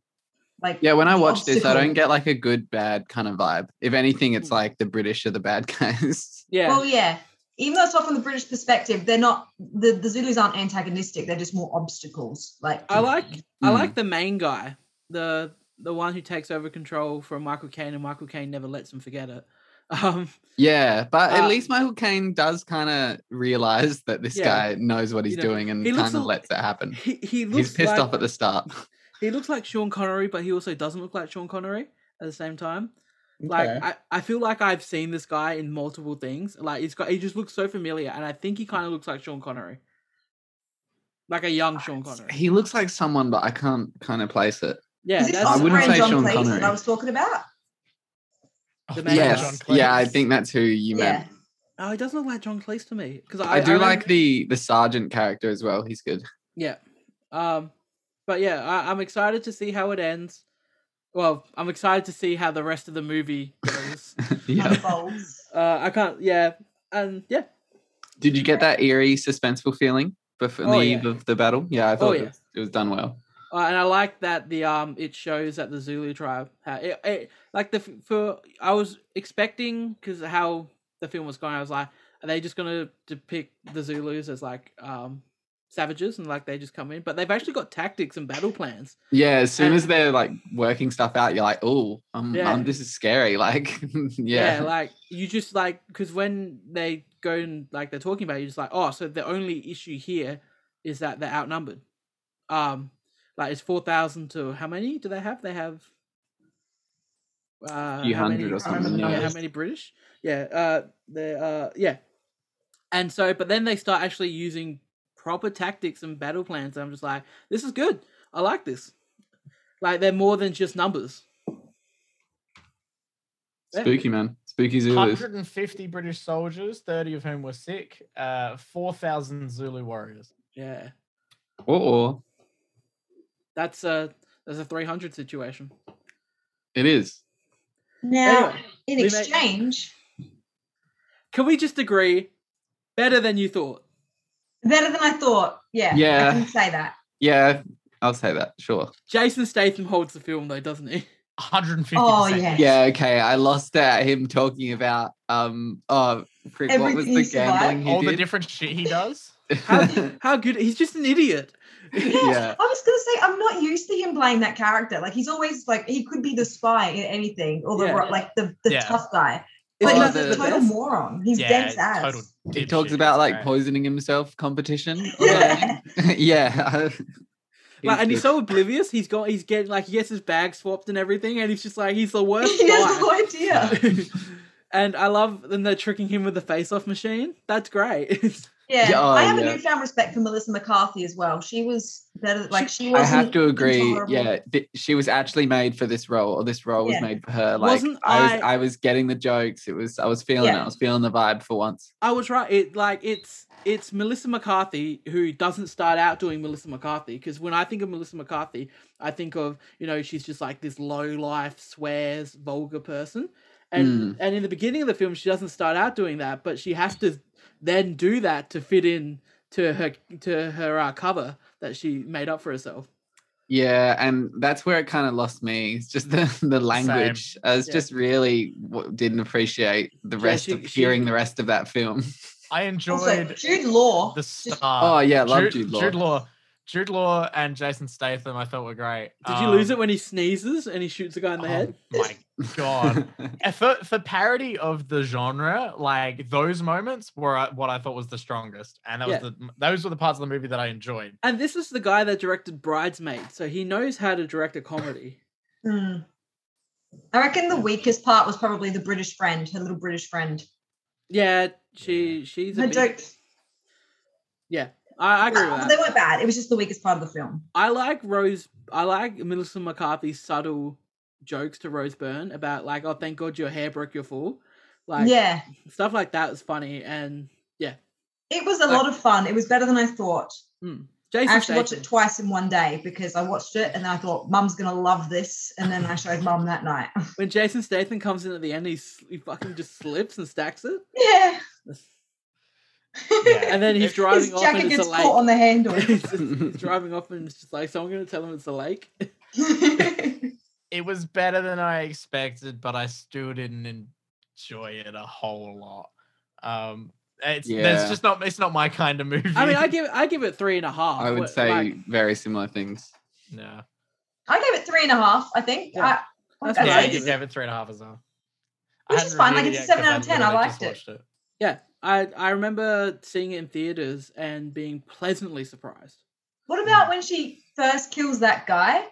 Like Yeah, when I the watch this, I obstacle. don't get like a good bad kind of vibe. If anything, Hmm. it's like the British are the bad guys. Yeah. Well, yeah. Even though it's not from the British perspective, they're not the, the Zulus aren't antagonistic. They're just more obstacles. Like I like I Mm. like the main guy, the the one who takes over control from Michael Caine, and Michael Caine never lets him forget it. Um, Yeah, but Uh, at least Michael Caine does kind of realize that this Yeah. guy knows what he's You know, doing and he looks kind a- of lets it happen. he, he looks Mm. He's pissed like, off at the start. he looks like Sean Connery, but he also doesn't look like Sean Connery at the same time. Like uh, Okay. I, I feel like I've seen this guy in multiple things. Like he's got he just looks so familiar, and I think he kind of looks like Sean Connery, like a young Sean Connery. he looks like someone, but I can't kind of place it. yeah, is this that's, I wouldn't Oscar and say John Sean Cleese that Connery. I was talking about? Oh, main yeah, guy. John yes, yeah, I Cleese. think that's who you yeah. meant. oh, he doesn't look like John Cleese to me because I, I, do remember- like the the sergeant character as well. He's good. Yeah. Um, but yeah, I, I'm excited to see how it ends. Well, I'm excited to see how the rest of the movie goes. yeah. Unfolds. uh, I can't. Yeah, and yeah. Did you get that eerie, suspenseful feeling before Oh, the yeah. Oh, eve of the battle? Yeah, I thought it, yeah. was, it was done well. Uh, and I like that the um it shows that the Zulu tribe ha it, it like the f- for I was expecting because how the film was going I was like are they just gonna depict the Zulus as like um savages and like they just come in but they've actually got tactics and battle plans Yeah, as soon And- as they're like working stuff out, you're like, oh, um, Yeah. um, this is scary. Like, yeah, yeah, like you just like because when they go and like they're talking about it, you're just like oh so the only issue here is that they're outnumbered um like it's 4000 to how many do they have they have uh few how hundred many- or I can't remember something, the- yeah. how many british yeah uh they uh yeah and so but then they start actually using proper tactics and battle plans and i'm just like this is good i like this like they're more than just numbers yeah. spooky man, spooky Zulus. 150 British soldiers, 30 of whom were sick, uh, 4,000 Zulu warriors. yeah Oh, That's a that's a three hundred situation. it is. Now, Anyway, in we may- exchange, can we just agree? Better than you thought. better than I thought. Yeah. Yeah. I can say that. Yeah, I'll say that. Sure. Jason Statham holds the film though, doesn't he? 150. Oh, yeah. Yeah. Okay. I lost it at him talking about um. Oh, frick, what was Everything the you survived, gambling he All the did? different shit he does. How, how good? He's just an idiot. Yeah. I was gonna say I'm not used to him playing that character. Like he's always like he could be the spy in anything or the Yeah. ro- like the, the Yeah. tough guy. Isn't But Oh, that he's a the- total moron. He's dense ass. total he dipshit, talks it's about like great. poisoning himself competition. or Yeah. something. yeah. Like, and he's just- so oblivious. He's got. He's getting like he gets his bag swapped and everything, and he's just like he's the worst he has guy. no idea. and I love and they're tricking him with the face-off machine. That's great. Yeah. Yeah, oh, I have a yeah. newfound respect for Melissa McCarthy as well. She was better like she I wasn't have to agree. intolerable. Yeah, th- she was actually made for this role, or this role was Yeah. made for her. Like Wasn't I, was, I- I was getting the jokes. It was, I was feeling it. Yeah. I was feeling the vibe for once. I was right. It like it's it's Melissa McCarthy who doesn't start out doing Melissa McCarthy because when I think of Melissa McCarthy, I think of you know she's just like this low life swears vulgar person, and Mm. Hmm. and in the beginning of the film she doesn't start out doing that, but she has to then do that to fit in to her to her uh, cover that she made up for herself. Yeah, and that's where it kind of lost me. It's just the, the language. I was Yeah. just really w- didn't appreciate the Yeah, rest she- of she- hearing the rest of that film. I Also, enjoyed Jude Law. the Oh, star. yeah, I love Jude Law. Jude Law. Jude Law and Jason Statham, I thought were great. Did you lose Um, it when he sneezes and he shoots a guy in the oh head? My God. And for for parody of the genre, like those moments were uh, what I thought was the strongest, and that Yeah. was the those were the parts of the movie that I enjoyed. And this is the guy that directed Bridesmaid, so he knows how to direct a comedy. Hmm. I reckon the weakest part was probably the British friend, her little British friend. Yeah, she she's a Her bit- jokes. I, I agree Well, with Ah, they that. weren't bad. It was just the weakest part of the film. I like Rose. I like Melissa McCarthy's subtle jokes to Rose Byrne about like, oh, thank God your hair broke your fall, like yeah, stuff like that was funny. And it was a lot of fun. It was better than I thought. Jason I actually watched Statham- it twice in one day because I watched it and then I thought, Mum's gonna love this, and then I showed Mum that night. when Jason Statham comes in at the end, he s- he fucking just slips and stacks it, yeah, Yeah. and then he's If- driving his off jacket and it's gets a caught on lake. the handle. He's just- he's driving off and it's just like someone gonna tell him it's a lake. it was better than I expected, but I still didn't enjoy it a whole lot. Um, it's Yeah. there's just not it's not my kind of movie. I mean, I give I give it three and a half. I would Like, Oh, say very similar things. no. I gave it three and a half, I think. Yeah. I- That's I- what Yeah, I I I- give it. gave it three and a half as well. I Which is hadn't fine, like, reviewed it it's yet 'cause seven out of 10, I literally just liked it. watched it. yeah, I I remember seeing it in theaters and being pleasantly surprised. What about when she first kills that guy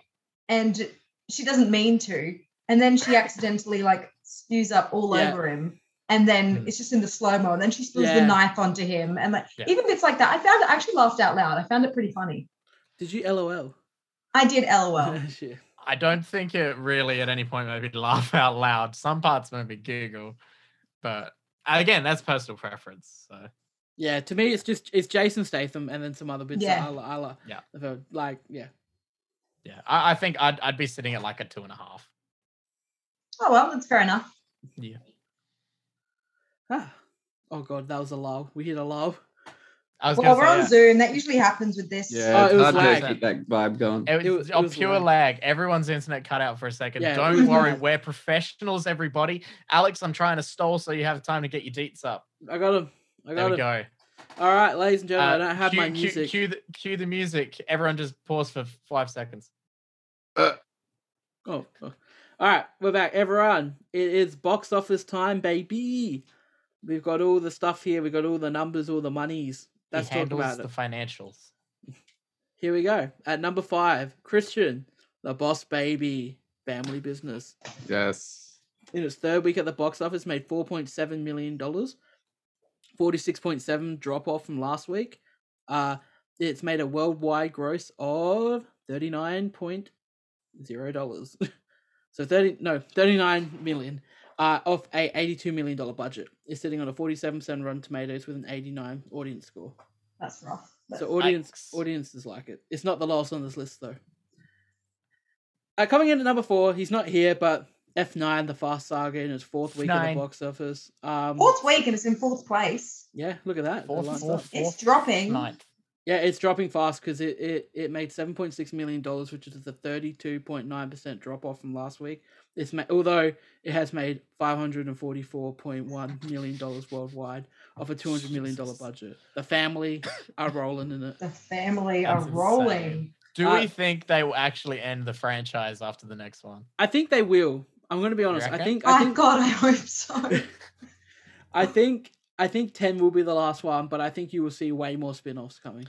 and she doesn't mean to, and then she accidentally like spews up all Yeah. over him, and then Mm. it's just in the slow mo, and then she spills Yeah. the knife onto him, and like Yeah. even bits like that. I found I actually laughed out loud. I found it pretty funny. Did you LOL? I did LOL. Shit. I don't think it really at any point made me laugh out loud. Some parts made me giggle, but again, that's personal preference. So Yeah, to me, it's just it's Jason Statham and then some other bits. Yeah. Yeah, that I, I, I, Yeah. like yeah. yeah, I, I think I'd I'd be sitting at like a two and a half. oh well, that's fair enough. Ah. Oh god, that was a lull. We hit a lull. I was Well, we're gonna on say, yeah. Zoom. That usually happens with this. Yeah, Oh, it's it was hard lag. to keep that vibe going. It was, It was- it on was pure lag. lag. Everyone's internet cut out for a second. Yeah, it Don't was worry, lag. we're professionals, everybody. Alex, I'm trying to stall so you have time to get your deets up. I got him. I There got we him. go. All right, ladies and gentlemen, Uh, I don't have cue, my cue- music. Cue, the, cue the music. Everyone just pause for five seconds. Oh, oh. all right, we're back, everyone. It is box office time, baby. We've got all the stuff here. We've got all the numbers, all the monies. He Let's talk handles about the it. financials. Here we go. At number five, Christian, the boss baby, family business. Yes. In its third week at the box office, made four point seven million dollars, forty six point seven drop off from last week. Uh, it's made a worldwide gross of thirty nine point zero dollars, so thirty no thirty nine million. Uh, off a $82 million budget. It's sitting on a 47% Rotten Tomatoes with an 89 audience score. That's rough. That's- um, So audience Yikes. audiences like it. It's not the last on this list though. Uh, coming in at number four, he's not here, but F9, the Fast Saga, in its fourth week at Nine. the box office. Um, fourth week and it's in fourth place. Yeah, look at that. It Fourth, lines fourth, up. It's fourth, dropping. ninth. Yeah, it's dropping fast because it, it, it made seven point six million dollars, which is a thirty two point nine percent drop off from last week. It's ma- although it has made five hundred and forty four point one million dollars worldwide off a two hundred million dollar Jesus. budget. The family are rolling in it. The family That's are insane. rolling. Do Uh, we think they will actually end the franchise after the next one? I think they will. I'm going to be honest. I reckon? think I My think God, I hope so. I think I think ten will be the last one, but I think you will see way more spin-offs coming.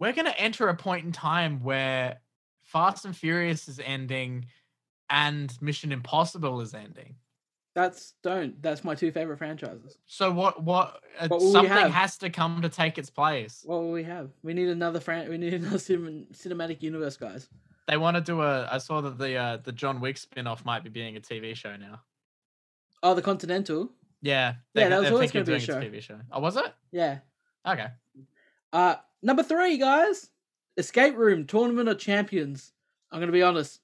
We're going to enter a point in time where Fast and Furious is ending and Mission Impossible is ending. That's don't. That's my two favorite franchises. So what? What? Uh, What will we something have? has to come to take its place. What will we have? We need another fran. We need another cinem- cinematic universe, guys. They want to do a. I saw that the uh, the John Wick spin off might be being a TV show now. Oh, the Continental. Yeah, Yeah, that was always thinking gonna of be a doing it as TV show. Oh, was it? Yeah. Okay. Uh, number three, guys. Escape Room Tournament of Champions. I'm gonna be honest.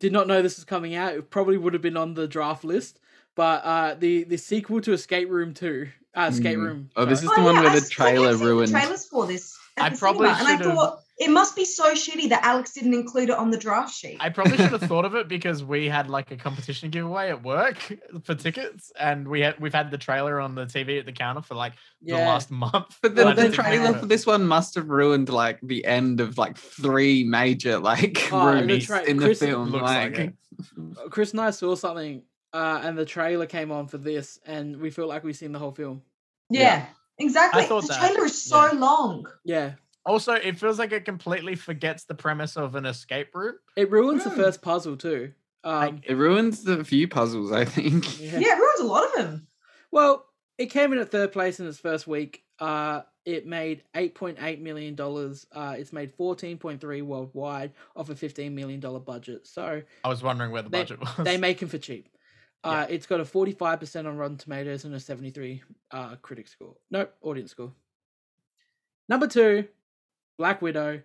Did not know this was coming out. It probably would have been on the draft list, but uh, the the sequel to Escape Room Two. Uh, Escape Mm. Room. Oh, this sorry. is the one yeah, where the s- like, I've trailer seen the ruined- trailers for this. at I the probably cinema, and I should've- thought it must be so shitty that Alex didn't include it on the draft sheet. I probably should have thought of it because we had like a competition giveaway at work for tickets, and we had we've had the trailer on the TV at the counter for like the yeah. last month. and But I the, Well, just they the didn't think trailer of for it. this one must have ruined like the end of like three major like Oh, and the roomies tra- in the Chris film. looks Like, like it. Chris and I saw something, uh, and the trailer came on for this, and we feel like we've seen the whole film. yeah, exactly. I thought the that, trailer is so yeah. long. Yeah, Also, it feels like it completely forgets the premise of an escape route. it ruins the Mm. first puzzle too. Um, it ruins the few puzzles, I think. yeah. Yeah. it ruins a lot of them. Well, it came in at third place in its first week. Uh, it made eight point eight million dollars. Uh, it's made fourteen point three worldwide off a fifteen million dollar budget. So I was wondering where the They- budget was. they make him for cheap. Uh, It's got a forty five percent on Rotten Tomatoes and a seventy three uh, critic score. Nope, audience score. Number two, Black Widow,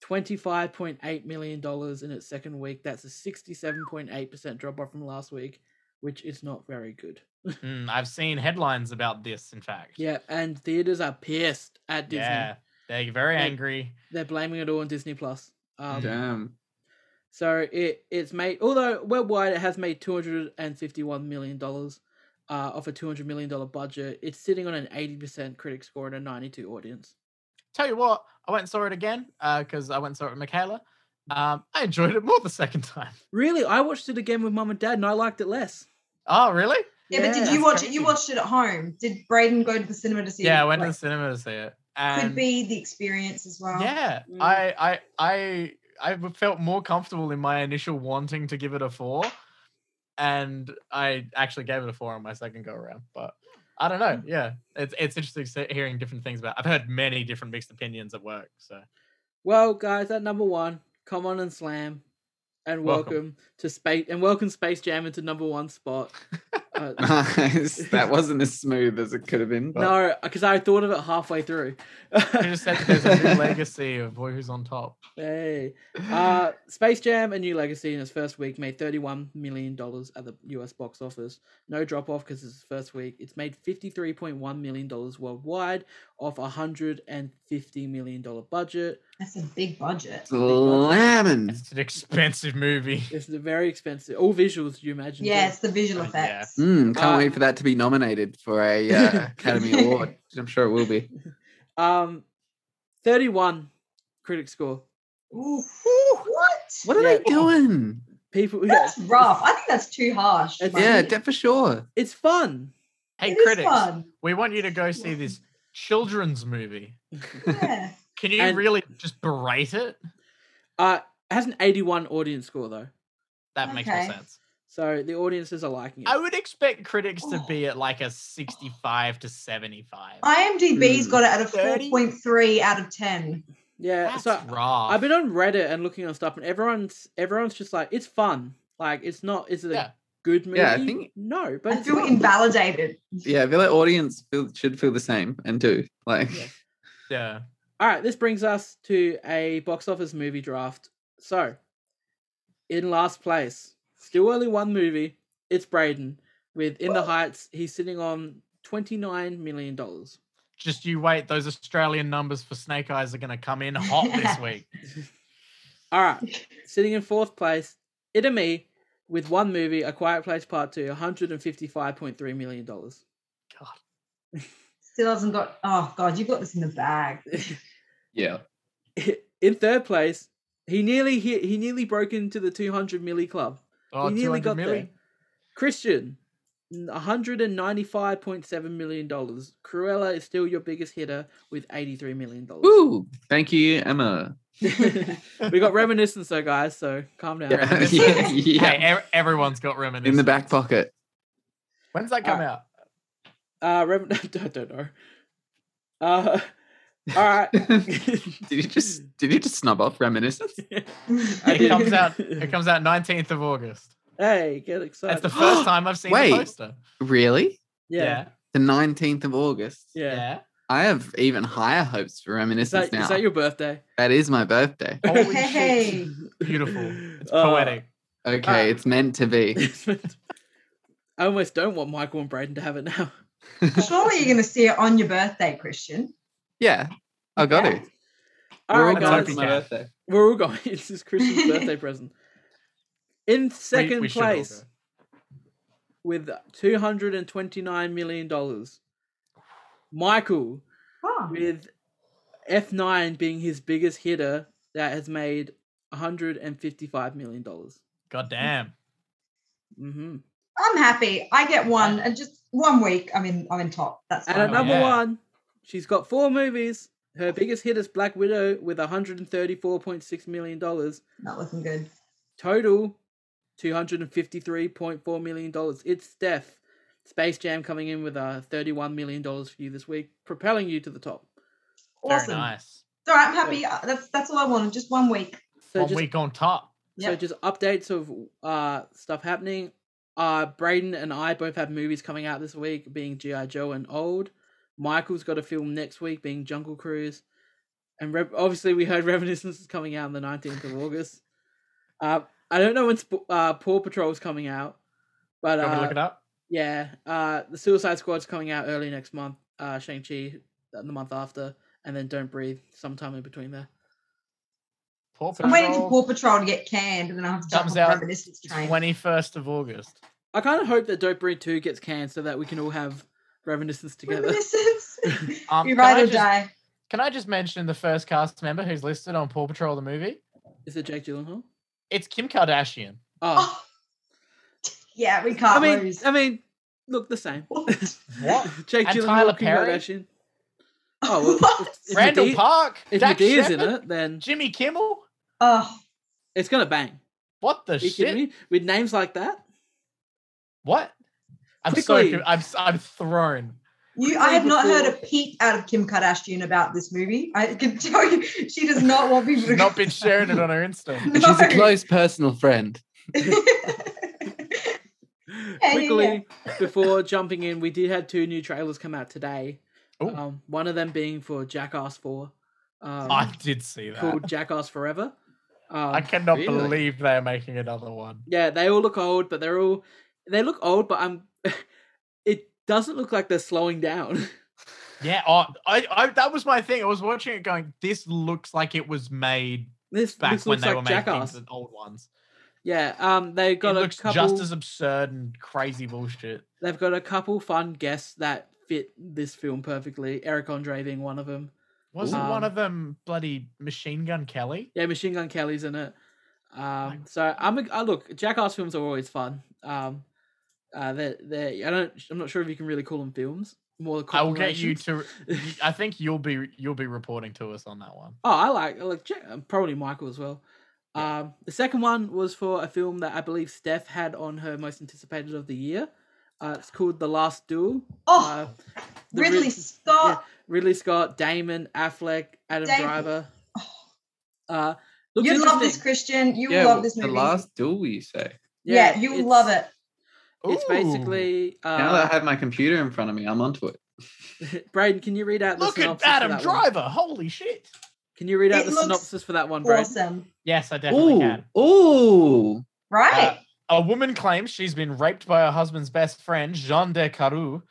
twenty five point eight million dollars in its second week. That's a sixty seven point eight percent drop off from last week, which is not very good. Mm, I've seen headlines about this. In fact, Yeah, and theaters are pissed at Disney. yeah, they're very They- angry. They're blaming it all on Disney Plus. Um, Damn. So it it's made although worldwide it has made two hundred and fifty one million dollars uh, off a two hundred million dollar budget. It's sitting on an eighty percent critic score and a ninety two audience. Tell you what, I went and saw it again because I went and saw it with Michaela. Um, I enjoyed it more the second time. Really, I watched it again with mum and dad, and I liked it less. Oh, really? Yeah, but did Yeah, you that's watch it? crazy. You watched it at home. Did Braden go to the cinema to see it? Yeah, I went to the Like, cinema to see it. could And be the experience as well. yeah, Mm. I, I, I, I felt more comfortable in my initial wanting to give it a four, and I actually gave it a four on my second go around. But I don't know. Yeah, it's it's interesting se- hearing different things about. I've heard many different mixed opinions at work. So Well, guys, at number one, come on and slam, and welcome, Welcome. to space and welcome Space Jam into number one spot. Uh, Nice. That wasn't as smooth as it could have been. But no, because I thought of it halfway through. you just said that there's a new legacy of boy who's on top. Hey. Uh, Space Jam: A New Legacy in its first week made thirty-one million dollars at the U.S. box office. No drop off because it's its first week. It's made fifty-three point one million dollars worldwide off a hundred and fifty million dollar budget. That's a big budget. Slamming. It's an expensive movie. It's very expensive. All visuals, you imagine. too. Yeah, it's the visual Yeah. effects. Mm, can't Uh, wait for that to be nominated for a uh, Academy Award. I'm sure it will be. Um, thirty-one critic score. Mm. Ooh, what? What are they Yeah. doing? People. Yeah, That's rough. I think that's too harsh. It's- Mike. Yeah, Money. de- for sure. it's fun. Hey, It is critics, fun. we want you to go see this children's movie. Yeah. Can you And- really just berate it? Uh, it has an eighty-one audience score though, That makes more Okay. sense. so the audiences are liking it. I would expect critics to be at like a 65 to 75. IMDb's Mm. got it at a 30? 4.3 out of 10. yeah. That's so rough. I've been on Reddit and looking on stuff, and everyone's everyone's just like, it's fun. Like, it's not. Is it a Yeah. good movie? Yeah, I think- no, but I it's feel fun. invalidated. Yeah, I feel like audience feel, should feel the same and do. Like, Yeah. yeah. All right, this brings us to a box office movie draft. So, in last place, still only one movie. It's Braden with In the Heights. He's sitting on twenty nine million dollars. Just you wait. Those Australian numbers for Snake Eyes are going to come in hot this week. All right, sitting in fourth place, It and Me with one movie, A Quiet Place Part Two, one hundred and fifty five point three million dollars. God. Still hasn't got. Oh, God, you've got this in the bag. yeah. in third place, he nearly hit, he nearly broke into the 200 milli club. Oh, he 200 nearly got milli. there. Christian, 195.7 million dollars. Cruella is still your biggest hitter with 83 million dollars. Woo! Thank you, Emma. we got reminiscence though, guys. So calm down. Yeah. Yeah. yeah. Hey, ev- everyone's got reminiscence. In the back pocket. When's that come out? Uh, Reven- I don't know. Uh, all right. did you just did you just snub off reminiscence? I It did- comes out. It comes out 19th of August. Hey, get That's excited. the first time I've seen Wait. the poster. Really? yeah. The nineteenth of August. Yeah. Yeah. I have even higher hopes for Is reminiscence that, now. is that your birthday? that is my birthday. Holy shit. Hey, Beautiful. It's Uh, poetic. Okay, Ah. it's meant to be. I almost don't want Michael and Braden to have it now. surely you're going to see it on your birthday, Christian. Yeah, I got Yeah. it. All right, all going to guys, my birthday. we're all going. It's this Christian's birthday present. In We- second we should all place go. with two hundred and twenty-nine million dollars, Michael Oh, with F nine being his biggest hitter that has made one hundred and fifty-five million dollars. God damn. Mm-hmm. I'm happy. I get one and just one week. I mean, I'm in top. That's And fine. at number yeah. one, she's got four movies. Her biggest hit is Black Widow with one hundred and thirty-four point six million dollars. Not looking good. total two hundred and fifty three point four million dollars. It's Steph. Space Jam coming in with uh thirty one million dollars for you this week, propelling you to the top. Very Awesome. nice. All right, I'm happy. Uh, That's that's all I wanted. Just one week. So One just week on top. so Yep. just updates of uh stuff happening. Uh Braden and I both have movies coming out this week, being G.I. Joe and Old. Michael's got a film next week being Jungle Cruise. And Rev obviously we heard Reminiscence is coming out on the 19th of August. Uh, I don't know when Sp- uh, Paw Patrol is coming out, but Go uh, look it up. Yeah, uh, the Suicide Squad's coming out early next month. Uh, Shang Chi the month after, and then Don't Breathe sometime in between there. Paw I'm waiting for Patrol, Paw Patrol to get canned, and then I have to jump Comes on the out reminiscence train. 21st of August. I kind of hope that Dope Breed 2 gets canned so that we can all have reminiscence together. Reminiscence. Um, you can I ride or just- die. Can I just mention the first cast member who's listed on Paw Patrol the movie? Is it Jake Gyllenhaal? It's Kim Kardashian. Oh, Oh. Yeah, we I can't mean, lose. I mean, look the same. What? Jake And Gyllenhaal, Tyler Kim Perry? Kardashian. Oh, well, if, if Randall Medea- Park, If Dak Medea's in Shepard? it, then Jimmy Kimmel. oh, it's gonna bang. What the Are you shit? kidding me? With names like that, What? I'm so Quickly. so I'm s- I'm thrown. you, I have not heard a before- peep out of Kim Kardashian about this movie. I can tell you, she does not want people to She's not been sharing it on her Insta. No. She's a close personal friend. yeah, quickly before jumping in, we did have two new trailers come out today. Ooh. Um, one of them being for Jackass Four, um, I did see that. called Jackass Forever. Um, I cannot Really? believe they're making another one. Yeah, they all look old, but they're all they look old, but I'm. it doesn't look like they're slowing down. Yeah, oh, I, I that was my thing. I was watching it going, this looks like it was made this back this when looks they were like Jackass. making the old ones. Yeah, um, they got it a looks couple. just as absurd and crazy bullshit. They've got a couple fun guests that fit this film perfectly. Eric Andre being one of them. Wasn't one Um, of them bloody Machine Gun Kelly? Yeah, Machine Gun Kelly's in it. Um, so I'm a, I look. Jackass films are always fun. Um, uh, they they I don't I'm not sure if you can really call them films. More I will get you compilations. to. you- I think you'll be you'll be reporting to us on that one. Oh, I like I like Jack, um, probably Michael as well. Um, the second one was for a film that I believe Steph had on her most anticipated of the year. Uh, it's called The Last Duel. Oh, Uh, the Rid- Ridley Scott. Ridley Scott, Damon Affleck, Adam Damon. Oh. Driver. Uh, looks You love this, interesting. Christian. You yeah, will love this the movie. last duel you say. yeah, you will it's- love it. It's Ooh. basically. now that I Uh, have my computer in front of me, I'm onto it. Braden, can you read out the Look at synopsis for Adam that one? Driver! Holy shit! Can you read out It the looks synopsis for that one, Braden? Awesome, Yes, I definitely Ooh, can. ooh, Uh, right? A woman claims she's been raped by her husband's best friend Jean de Caru.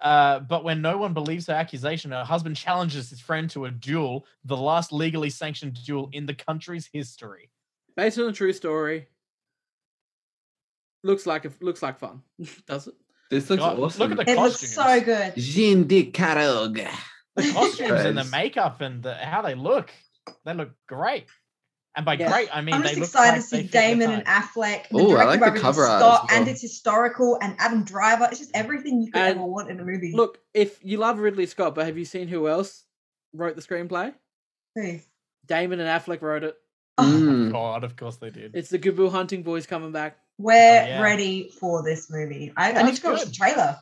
Uh, but when no one believes her accusation, her husband challenges his friend to a duel, the last legally sanctioned duel in the country's history. based on a true story. Looks like a, looks like fun, does it? this looks God, awesome. Look at the it looks costumes. so good. Jean de Carogue. the costumes and the Guys. makeup and the, how they look. They look great. And by Yeah. great, I mean I'm they just look excited like to they see fit the Damon and time. Affleck. and Ooh, I directed like by the Ridley cover art as Scott, and well. it's historical, and Adam Driver. It's just everything you could And ever want in a movie. Look, if you love Ridley Scott, but have you seen who else wrote the screenplay? Hey. Damon and Affleck wrote it. Oh. Mm. Oh, God, of course they did. It's the Good Will Hunting boys coming back. we're Oh, yeah. ready for this movie. I, I That's need to go watch good. the trailer. yeah, I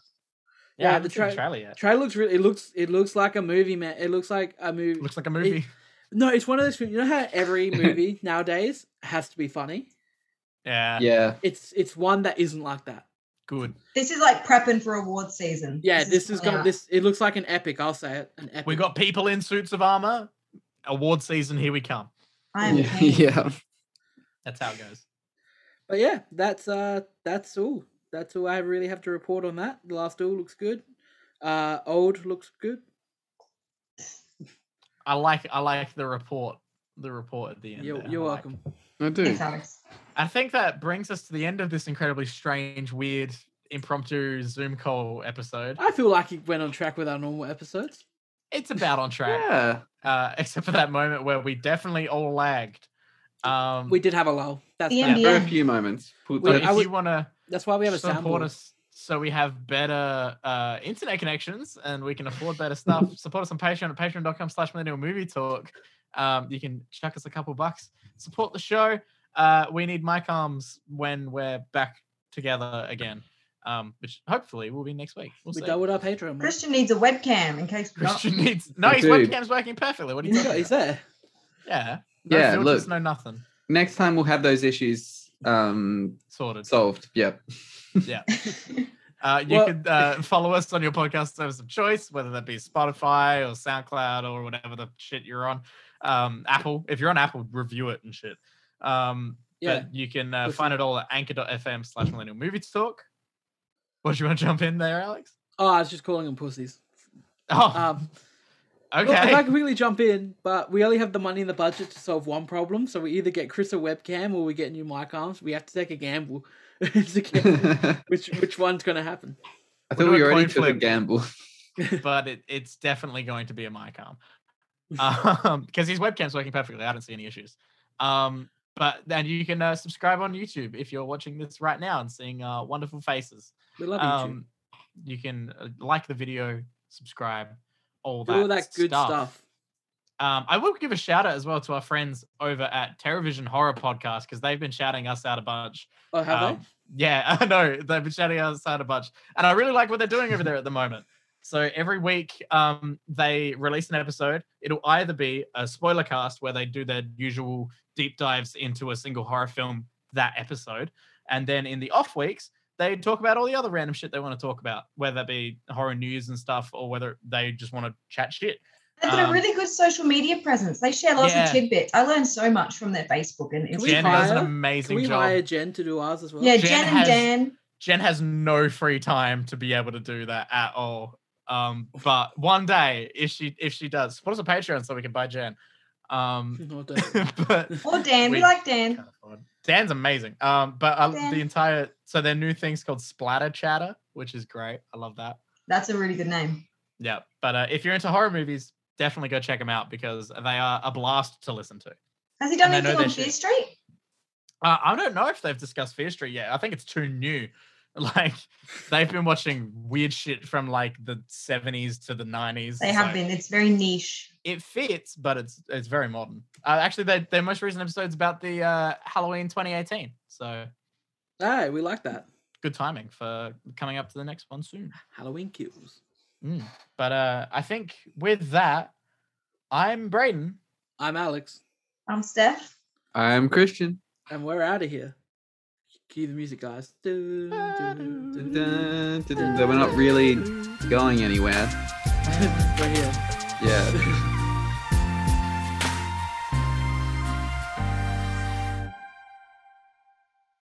yeah, haven't the seen the tra- trailer yet. Trailer looks really. It looks. It looks like a movie, man. It looks like a movie. Looks like a movie. No, it's one of those. films- You know how every movie nowadays has to be funny. yeah, Yeah, It's it's one that isn't like that. good. This is like prepping for awards season. Yeah, this is gonna. yeah. This it looks like an epic. I'll say it. An epic. We got people in suits of armor. Award season, here we come. I am yeah, keen. yeah. That's how it goes. But yeah, that's uh that's all. That's all I really have to report on that. The last duel looks good. Uh old looks good. I like I like the report. The report at the end. You're, there. I you're like it. welcome. I do. Thanks, Alex. I think that brings us to the end of this incredibly strange, weird, impromptu Zoom call episode. I feel like it went on track with our normal episodes. It's about on track. Yeah, uh, except for that moment where we definitely all lagged. Um, We did have a lull. That's The fine. NBA. for a Yeah. few moments. Put but Wait, that- if I would- you want to That's why we have a support soundboard. us, so we have better uh, internet connections and we can afford better stuff, support us on Patreon at patreon.com/slash millennial movie talk. Um, you can chuck us a couple bucks, support the show. Uh, we need mic arms when we're back together again, um, which hopefully will be next week. We'll We see. doubled our Patreon. man. Christian needs a webcam in case we're not- Christian needs no, his Dude. webcam's working perfectly. What are you He's, got, talking he's about? there. Yeah, no Yeah, filters, look. no nothing Next time we'll have those issues um, sorted. solved. Yep. Uh, you Well- could uh, follow us on your podcast service of choice, whether that be Spotify or SoundCloud or whatever the shit you're on. Um, Apple, if you're on Apple, review it and shit. Um, Yeah. But you can uh, Listen. find it all at anchor.fm slash millennial movie talk. What do you want to jump in there, Alex? Oh, I was just calling them pussies. Oh, Um Okay. Look, if I can quickly jump in, but we only have the money in the budget to solve one problem, so we either get Chris a webcam or we get new mic arms. We have to take a gamble. It's a gamble. I which which onene's gonna happen? thought do we a already coin took a flip. gamble. but it, it's definitely going to be a mic arm um because his webcam's working perfectly i don't see any issues um but then you can uh, subscribe on youtube if you're watching this right now and seeing uh wonderful faces We love YouTube. um you can uh, like the video subscribe all Do that, all that good stuff. um, I will give a shout out as well to our friends over at Terrorvision Horror Podcast because they've been shouting us out a bunch. Oh, have Um, Yeah, I know. They've been shouting us out a bunch. And I really like what they're doing over there at the moment. So every week um, they release an episode. It'll either be a spoiler cast where they do their usual deep dives into a single horror film that episode. And then in the off weeks, they talk about all the other random shit they want to talk about, whether it be horror news and stuff or whether they just want to chat shit. They've got Um, a really good social media presence. They share lots yeah. of tidbits. I learned so much from their Facebook and Can we Instagram. Jen does an hire- they? Can amazing we job. hire Jen to do ours as well? yeah, Jen Jen, has- and Dan. Jen has no free time to be able to do that at all. Um, but one day, if she if she does, support us on Patreon so we can buy Jen. Um, No, Oh, don't. but Or Dan. We, We- like Dan. can't afford- Dan's amazing. Um, but uh, Dan. the entire so their new thing's called Splatter Chatter, which is great. I love that. That's a really good name. Yeah. But uh, if you're into horror movies, definitely go check them out because they are a blast to listen to. Has he done And I know anything on their Fear shit. Street? Uh, I don't know if they've discussed Fear Street yet. I think it's too new. Like they've been watching weird shit from like the 70s to the 90s. They have so been. It's very niche. It fits, but it's it's very modern. Uh, actually, their their most recent episode's about the uh, Halloween 2018. So Hey, we like that. good timing for coming up to the next one soon. Halloween kills. Mm. But uh, I think with that, I'm Braden. I'm Alex, I'm Steph. I'm Christian. and we're out of here. Cue the music, guys. Dun, dun, dun, dun. Dun, dun, dun, dun. We're not really going anywhere. we're here. Yeah.